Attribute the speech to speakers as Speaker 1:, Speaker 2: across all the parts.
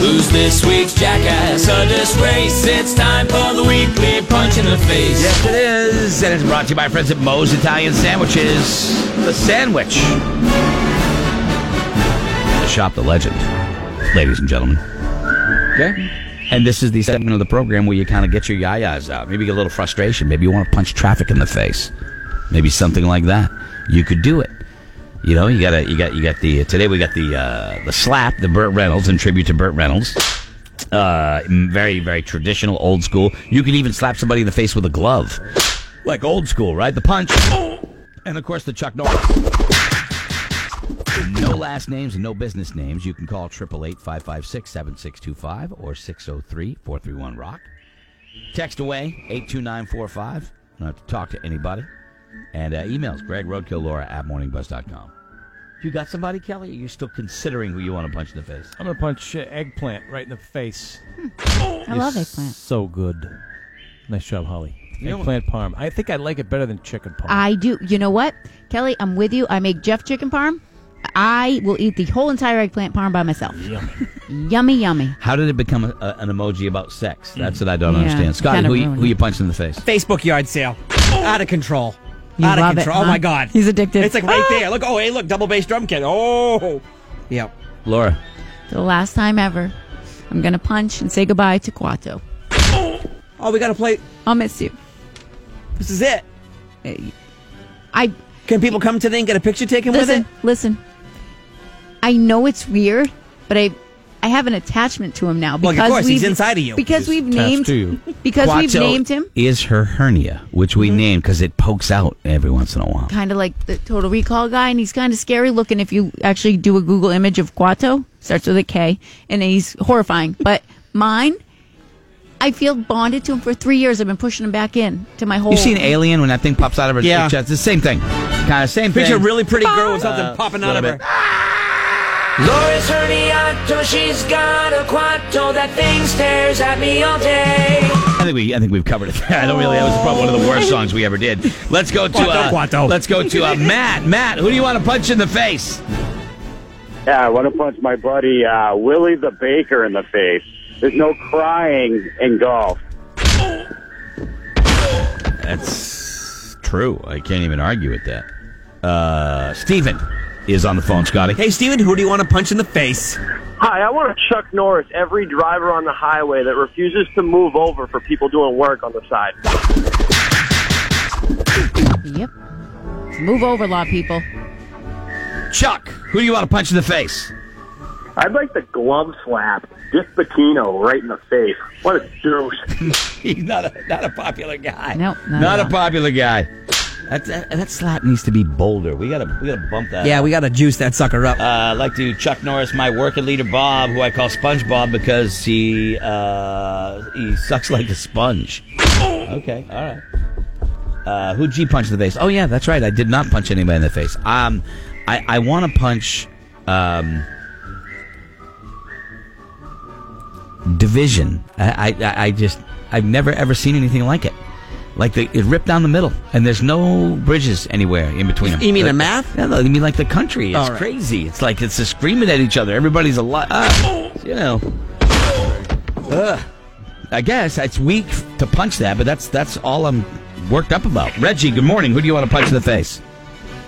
Speaker 1: Who's this week's jackass? A disgrace. It's time for the weekly punch in the face.
Speaker 2: Yes, it is. And it's brought to you by our friends at Moe's Italian Sandwiches. The sandwich. The shop, the legend, ladies and gentlemen. Okay? And this is the segment of the program where you kind of get your yayas out. Maybe you get a little frustration. Maybe you want to punch traffic in the face. Maybe something like that. You could do it. You know, you gotta, you got, you got the today. We got the uh, the slap, the Burt Reynolds in tribute to Burt Reynolds. Uh, very, very traditional, old school. You can even slap somebody in the face with a glove, like old school, right? The punch, Oh! and of course the Chuck Norris. No last names and no business names. You can call 888-556-7625 or 603-431-ROCK. Text away, 82945. I don't have to talk to anybody. And uh, emails, Greg Roadkill, Laura at morningbuzz.com. You got somebody, Kelly? Or you still considering who you want to punch in the face?
Speaker 3: I'm gonna punch uh, eggplant right in the face.
Speaker 4: I love eggplant.
Speaker 3: So good. Nice job, Holly.
Speaker 2: know-
Speaker 3: Eggplant parm. I think I like it better than chicken parm.
Speaker 4: I do. You know what, Kelly? I'm with you. I make Jeff chicken parm. I will eat the whole entire eggplant parm by myself. Yummy, yummy.
Speaker 2: How did it become a, a, an emoji about sex? That's what I don't
Speaker 4: Mm. Yeah,
Speaker 2: understand.
Speaker 4: it's
Speaker 2: Scott,
Speaker 4: kinda
Speaker 2: who you,
Speaker 4: ruined
Speaker 2: who
Speaker 4: it.
Speaker 2: you punch in the face?
Speaker 5: Facebook yard sale. Out of control.
Speaker 4: You
Speaker 5: Out of
Speaker 4: love it,
Speaker 5: control.
Speaker 4: huh?
Speaker 5: Oh my god.
Speaker 4: He's addicted.
Speaker 5: It's like right
Speaker 4: Ah!
Speaker 5: there. Look, oh hey, look, double bass drum kit. Oh. Yep.
Speaker 2: Laura.
Speaker 4: For the last time ever, I'm gonna punch and say goodbye to Quato.
Speaker 5: Oh, we gotta play
Speaker 4: I'll miss you.
Speaker 5: this is it.
Speaker 4: I
Speaker 5: Can people come today and get a picture taken
Speaker 4: listen.
Speaker 5: with it?
Speaker 4: Listen. I know it's weird, but I. I have an attachment to him now
Speaker 5: Well,
Speaker 4: because
Speaker 5: of course, he's
Speaker 4: we've-
Speaker 5: inside of you.
Speaker 4: Because
Speaker 3: He's
Speaker 4: we've
Speaker 3: attached
Speaker 4: named
Speaker 3: to you.
Speaker 4: because we've
Speaker 2: Quato
Speaker 4: named him Mm-hmm.
Speaker 2: Is her hernia, which we named because it pokes out every once in a while.
Speaker 4: kind of like the Total Recall guy, and he's kind of scary looking. If you actually do a Google image of Quato, starts with a K, and he's horrifying. but mine, I feel bonded to him for three years. I've been pushing him back in to my whole.
Speaker 2: You seen Alien when that thing pops out of her
Speaker 5: Yeah.
Speaker 2: chest? It's the same thing. Kind of same
Speaker 5: Picture a
Speaker 2: thing.
Speaker 5: really pretty girl with something
Speaker 2: Uh,
Speaker 5: popping out of
Speaker 2: little
Speaker 5: her.
Speaker 2: bit.
Speaker 1: Ah! Laura's herniato, she's got a quato. That thing stares at me all day.
Speaker 2: I think we I think we've covered it. I don't really. That was probably one of the worst songs we ever did. Let's go to uh,
Speaker 5: Quato.
Speaker 2: Let's go to uh, Matt. Matt, who do you want to punch in the face?
Speaker 6: Yeah, I want to punch my buddy uh, Willie the Baker in the face. There's no crying in golf.
Speaker 2: That's true. I can't even argue with that. Uh, Steven is on the phone, Scotty.
Speaker 5: Hey Steven, who do you want to punch in the face?
Speaker 7: Hi, I want to Chuck Norris every driver on the highway that refuses to move over for people doing work on the side.
Speaker 4: Yep. Move over, law people.
Speaker 2: Chuck, who do you want to punch in the face?
Speaker 7: I'd like the glove slap, Dick Bikino right in the face. What a douche.
Speaker 2: He's not a not a popular guy.
Speaker 4: No, not
Speaker 2: not
Speaker 4: at
Speaker 2: a
Speaker 4: all.
Speaker 2: popular guy. That, that, that slap needs to be bolder. We gotta we gotta bump that.
Speaker 5: Yeah,
Speaker 2: up.
Speaker 5: we gotta juice that sucker up.
Speaker 2: Uh, I'd like to Chuck Norris, my working leader Bob, who I call SpongeBob because he uh, he sucks like a sponge. Okay, all right. Uh, who G punched in the face? Oh yeah, that's right. I did not punch anybody in the face. Um, I I want to punch um division. I, I- I I just I've never ever seen anything like it. Like the, it ripped down the middle, and there's no bridges anywhere in between them. Uh,
Speaker 5: You mean
Speaker 2: Like-
Speaker 5: in math?
Speaker 2: no, no, I mean like the country. It's
Speaker 5: All right.
Speaker 2: crazy. It's like it's just screaming at each other. Everybody's a lot. ah, you know. Ugh. I guess it's weak to punch that, but that's that's all I'm worked up about. Reggie, good morning. Who do you want to punch in the face?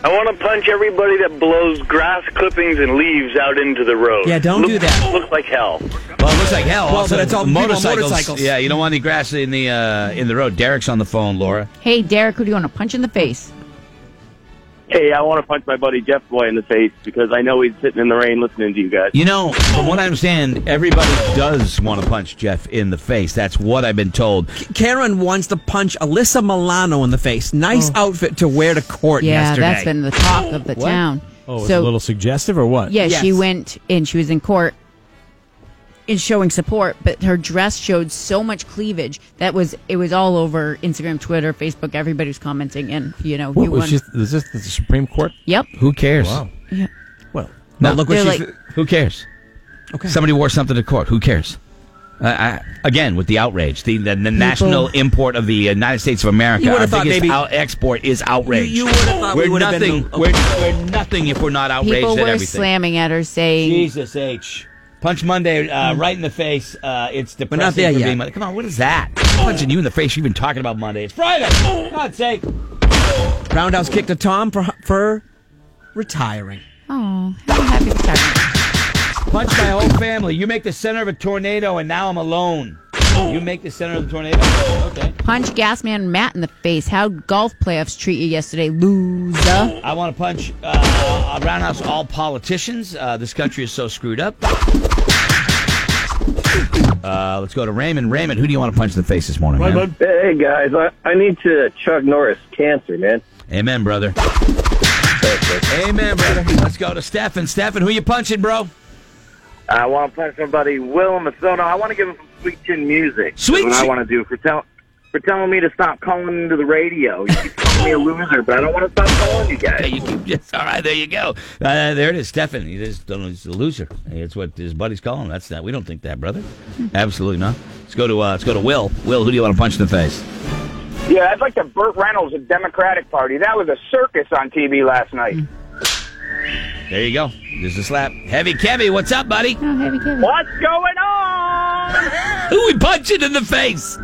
Speaker 8: I want to punch everybody that blows grass clippings and leaves out into the road.
Speaker 5: Yeah, don't
Speaker 8: Look-
Speaker 5: do that.
Speaker 8: Looks like hell.
Speaker 2: Well, it looks like hell.
Speaker 5: Well,
Speaker 2: also,
Speaker 5: but it's all people on
Speaker 2: motorcycles.
Speaker 5: motorcycles.
Speaker 2: Yeah, you don't want any grass in the uh, in the road. Derek's on the phone. Laura,
Speaker 4: Hey, Derek, who do you want to punch in the face?
Speaker 7: Hey, I want to punch my buddy Jeff Boy in the face because I know he's sitting in the rain listening to you guys.
Speaker 2: you know, from what I understand, everybody does want to punch Jeff in the face. That's what I've been told.
Speaker 5: Karen wants to punch Alyssa Milano in the face. Nice outfit to wear to court
Speaker 4: Yeah,
Speaker 5: yesterday.
Speaker 4: that's been the talk of the
Speaker 2: What?
Speaker 4: town.
Speaker 3: oh, it's
Speaker 4: so
Speaker 3: a little suggestive or what?
Speaker 4: yeah, she
Speaker 5: Yes.
Speaker 4: went and she was in court. In showing support, but her dress showed so much cleavage that was it was all over Instagram, Twitter, Facebook. Everybody was commenting, and you know,
Speaker 3: What
Speaker 4: you
Speaker 3: was
Speaker 4: won.
Speaker 3: just is this the Supreme Court?
Speaker 4: Yep.
Speaker 2: Who cares?
Speaker 5: Well, now look
Speaker 4: They're
Speaker 5: what she's.
Speaker 4: like-
Speaker 2: Who cares?
Speaker 5: okay.
Speaker 2: Somebody wore something to court. Who cares? Uh, I, again, with the outrage, the, the, the national import of the United States of America,
Speaker 5: You would've
Speaker 2: our
Speaker 5: thought
Speaker 2: biggest
Speaker 5: maybe-
Speaker 2: out export is outrage.
Speaker 5: You- you would've thought we
Speaker 2: we're
Speaker 5: would've been
Speaker 2: nothing.
Speaker 5: the-
Speaker 2: we're, we're nothing if we're not outraged
Speaker 4: People
Speaker 2: at
Speaker 4: were
Speaker 2: everything.
Speaker 4: slamming at her, saying,
Speaker 2: Jesus H. Punch Monday uh, right in the face. Uh, it's depressing.
Speaker 5: Hmm. not there
Speaker 2: for
Speaker 5: yet.
Speaker 2: Being Monday. Come on, what is that? Punching you in the face. You've been talking about Monday. It's Friday. God's sake.
Speaker 5: Roundhouse kick to Tom for, for retiring.
Speaker 4: Oh, how happy for Tucker.
Speaker 2: Punch my whole family. You make the center of a tornado, and now I'm alone. You make the center of the tornado. Okay.
Speaker 4: Punch gas man Matt in the face. How golf playoffs treat you yesterday, loser.
Speaker 2: I want to punch uh, roundhouse all politicians. Uh, this country is so screwed up. Uh, let's go to Raymond. Raymond, who do you want to punch in the face this morning? man?
Speaker 7: Hey, guys, I, I need to Chuck Norris cancer, man.
Speaker 2: Amen, brother. Amen, brother. Let's go to Stefan. Stefan, who you punching, bro?
Speaker 8: I want to punch somebody, Will Masono. I want to give him some sweet chin music.
Speaker 2: Sweet
Speaker 8: That's what
Speaker 2: chin-
Speaker 8: I want to do for tell for telling me to stop calling into the radio. You keep calling me a loser, but I don't want to stop calling you guys.
Speaker 2: Hey, you keep just all right. There you go. Uh, there it is, Stefan. He is he's a loser. Hey, That's what his buddies call him. That's not. We don't think that, brother. Absolutely not. Let's go to uh, let's go to Will. Will, who do you want to punch in the face?
Speaker 9: Yeah, I'd like to Burt Reynolds at Democratic Party. That was a circus on TV last night.
Speaker 2: There you go. There's a slap. Heavy Kevy, what's up, buddy?
Speaker 4: Oh, heavy Kevin.
Speaker 9: What's going on?
Speaker 2: Who we punching in the face?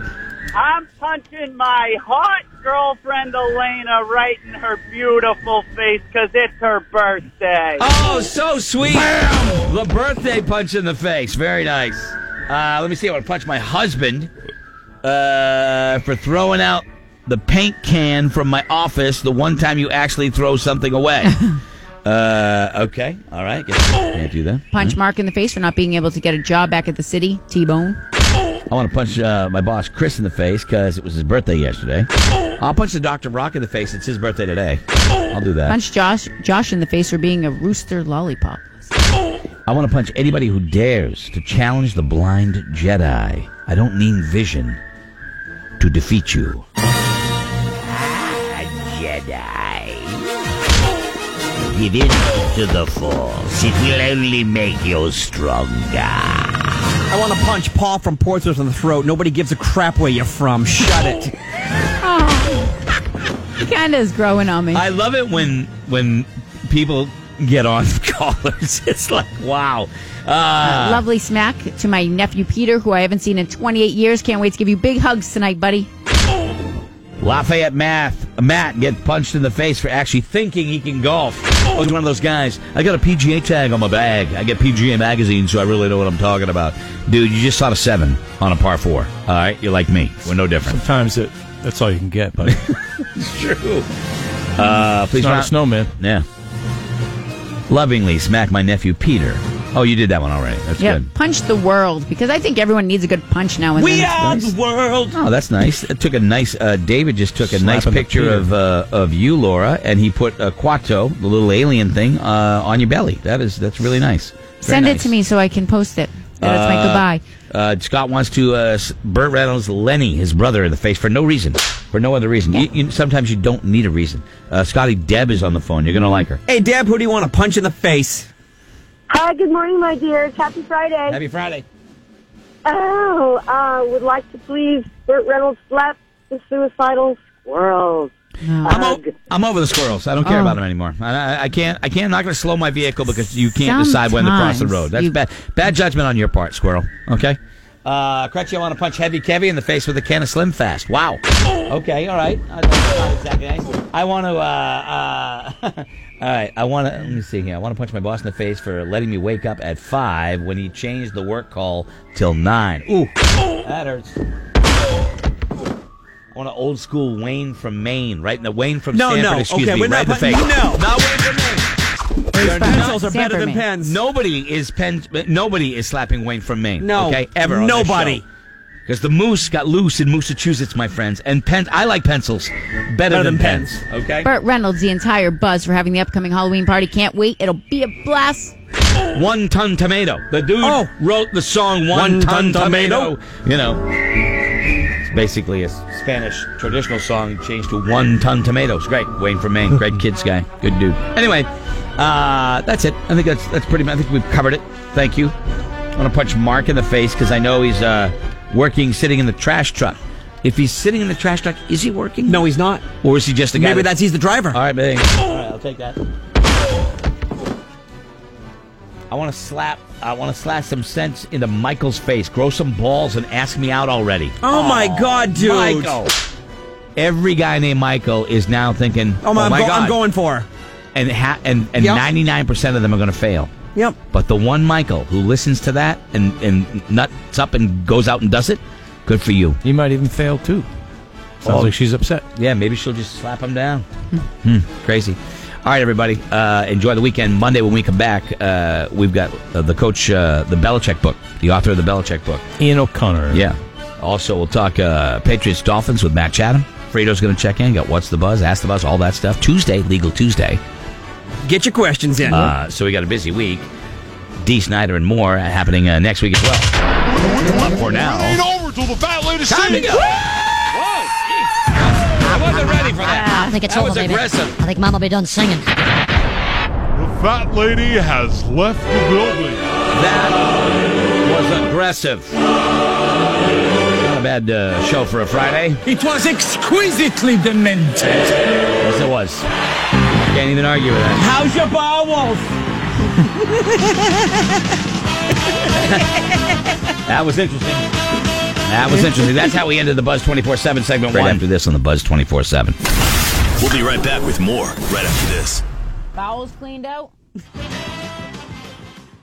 Speaker 9: I'm punching my hot girlfriend Elena right in her beautiful face because it's her birthday.
Speaker 2: Oh, so sweet. Bam! The birthday punch in the face. Very nice. Uh, let me see. I want to punch my husband uh, for throwing out the paint can from my office the one time you actually throw something away. uh, okay. All right. Guess I can't do that.
Speaker 4: Punch Mark in the face for not being able to get a job back at the city, T Bone.
Speaker 2: I want to punch uh, my boss, Chris, in the face because it was his birthday yesterday. I'll punch the Dr. Rock in the face. It's his birthday today. I'll do that.
Speaker 4: Punch Josh Josh in the face for being a rooster lollipop.
Speaker 2: I want to punch anybody who dares to challenge the blind Jedi. I don't mean vision to defeat you. Ah, Jedi. Give in to the force. It will only make you stronger.
Speaker 5: I want to punch Paul from Portsmouth in the throat. Nobody gives a crap where you're from. Shut it.
Speaker 4: Kinda is growing on me.
Speaker 2: I love it when when people get on callers. It's like, wow. Uh,
Speaker 4: Lovely smack to my nephew Peter, who I haven't seen in 28 years. Can't wait to give you big hugs tonight, buddy.
Speaker 2: Lafayette Math Matt get punched in the face for actually thinking he can golf. I was one of those guys. I got a PGA tag on my bag. I get PGA magazine, so I really know what I'm talking about. Dude, you just shot a seven on a par four. All right, you're like me. We're no different.
Speaker 3: Sometimes it, that's all you can get, but it's
Speaker 2: It's true. Uh, please,
Speaker 3: not a
Speaker 2: round-
Speaker 3: snowman.
Speaker 2: Yeah. Lovingly smack my nephew Peter. Oh, you did that one already. That's
Speaker 4: Yeah,
Speaker 2: good.
Speaker 4: punch the world because I think everyone needs a good punch now and
Speaker 5: we
Speaker 4: then.
Speaker 5: are the world.
Speaker 2: Oh, that's nice. It took a nice. Uh, David just took a
Speaker 3: Slapping
Speaker 2: nice
Speaker 3: the
Speaker 2: picture
Speaker 3: Peter.
Speaker 2: of uh, of you, Laura, and he put a Quato, the little alien thing, uh, on your belly. That is that's really nice. Very
Speaker 4: Send it
Speaker 2: nice.
Speaker 4: to me so I can post it. That's my goodbye.
Speaker 2: Uh, Scott wants to uh, s- Burt Reynolds Lenny, his brother, in the face for no reason, for no other reason. You, you, sometimes you don't need a reason. Uh, Scotty Deb is on the phone. You're gonna like her.
Speaker 5: Hey, Deb, who do you want to punch in the face?
Speaker 10: Hi, good morning, my dears. Happy Friday.
Speaker 2: Happy Friday.
Speaker 10: oh, uh, would like to please Burt Reynolds slap the suicidal squirrels.
Speaker 4: Uh,
Speaker 2: I'm, o- I'm over the squirrels. I don't care
Speaker 4: Oh.
Speaker 2: about them anymore. I, I, I can't. I can't. I'm not going to slow my vehicle because you can't decide when to cross the
Speaker 4: Sometimes
Speaker 2: road. That's
Speaker 4: you-
Speaker 2: bad. Bad judgment on your part, squirrel. Okay. Uh, Crutchy, I want to punch Heavy Kevy in the face with a can of Slim Fast. Wow. Okay. All right. Uh, that's not exactly nice. I want to. Uh, uh, all right. I want to. Let me see here. I want to punch my boss in the face for letting me wake up at five when he changed the work call till nine. Ooh, that hurts. I want an old school Wayne from Maine, right? No, Wayne from
Speaker 5: No,
Speaker 2: Stanford,
Speaker 5: no.
Speaker 2: excuse
Speaker 5: Okay,
Speaker 2: me,
Speaker 5: we're
Speaker 2: right
Speaker 5: not
Speaker 2: in the
Speaker 5: putting-
Speaker 2: face.
Speaker 5: no.
Speaker 2: Not Wayne from Maine.
Speaker 5: Pencils are better
Speaker 4: Sanford
Speaker 5: than
Speaker 4: man.
Speaker 5: pens.
Speaker 2: Nobody is pen. Nobody is slapping Wayne from Maine.
Speaker 5: No.
Speaker 2: okay, ever.
Speaker 5: Nobody.
Speaker 2: Because the moose got loose in Massachusetts, my friends, and pen. I like pencils better, than,
Speaker 5: than
Speaker 2: pens. Okay.
Speaker 4: Burt Reynolds, the entire buzz for having the upcoming Halloween party. Can't wait. It'll be a blast.
Speaker 2: One ton tomato. The dude
Speaker 5: Oh.
Speaker 2: wrote the song One,
Speaker 5: One
Speaker 2: ton,
Speaker 5: Ton
Speaker 2: tomato.
Speaker 5: Tomato.
Speaker 2: You know, it's basically a Spanish traditional song changed to One Ton Tomatoes. Great, Wayne from Maine. Great kids guy. Good dude. Anyway, uh, that's it. I think that's that's pretty. much I think we've covered it. Thank you. I want to punch Mark in the face because I know he's uh, working, sitting in the trash truck. If he's sitting in the trash truck, is he working?
Speaker 5: No, he's not.
Speaker 2: Or is he just a guy?
Speaker 5: Maybe
Speaker 2: that-
Speaker 5: that's he's the driver.
Speaker 2: all right, baby. All right, I'll take that. I want to slap I want to slash some sense into Michael's face. Grow some balls and ask me out already.
Speaker 5: Oh, my God, dude.
Speaker 2: Michael. Every guy named Michael is now thinking,
Speaker 5: Oh, my,
Speaker 2: my
Speaker 5: go-
Speaker 2: God.
Speaker 5: I'm going for her.
Speaker 2: And, ha- and, and
Speaker 5: Yep.
Speaker 2: 99% of them are going to fail.
Speaker 5: Yep.
Speaker 2: But the one Michael who listens to that and, and nuts up and goes out and does it, good for you.
Speaker 3: You might even fail too. Sounds
Speaker 2: Oh.
Speaker 3: like she's upset.
Speaker 2: Yeah, maybe she'll just slap him down. Hmm, crazy. All right, everybody. Uh, enjoy the weekend. Monday, when we come back, uh, we've got uh, the coach, uh, the Belichick book, the author of the Belichick book.
Speaker 3: Ian O'Connor.
Speaker 2: Yeah. Also, we'll talk uh, Patriots Dolphins with Matt Chatham. Fredo's going to check in. Got What's the Buzz, Ask the Buzz, all that stuff. Tuesday, Legal Tuesday.
Speaker 5: Get your questions in.
Speaker 2: Uh, so we got a busy week. D. Snyder and more happening uh, next week as well. But for now,
Speaker 11: over till the fat lady
Speaker 2: Time to go. I wasn't ready for that.
Speaker 12: Ah, I think it's
Speaker 11: That
Speaker 12: over,
Speaker 11: was
Speaker 12: baby.
Speaker 11: aggressive.
Speaker 12: I think Mom will be done singing.
Speaker 11: The fat lady has left the building.
Speaker 2: That was aggressive. Not a bad uh, show for a Friday.
Speaker 5: It was exquisitely demented.
Speaker 2: Yes, it was. Can't even argue with that.
Speaker 5: How's your bar wolf?
Speaker 2: That was interesting. That was interesting. That's how we ended the Buzz 24 7 segment one. after this on the Buzz 24 7.
Speaker 13: We'll be right back with more right after this.
Speaker 4: Bowels cleaned out?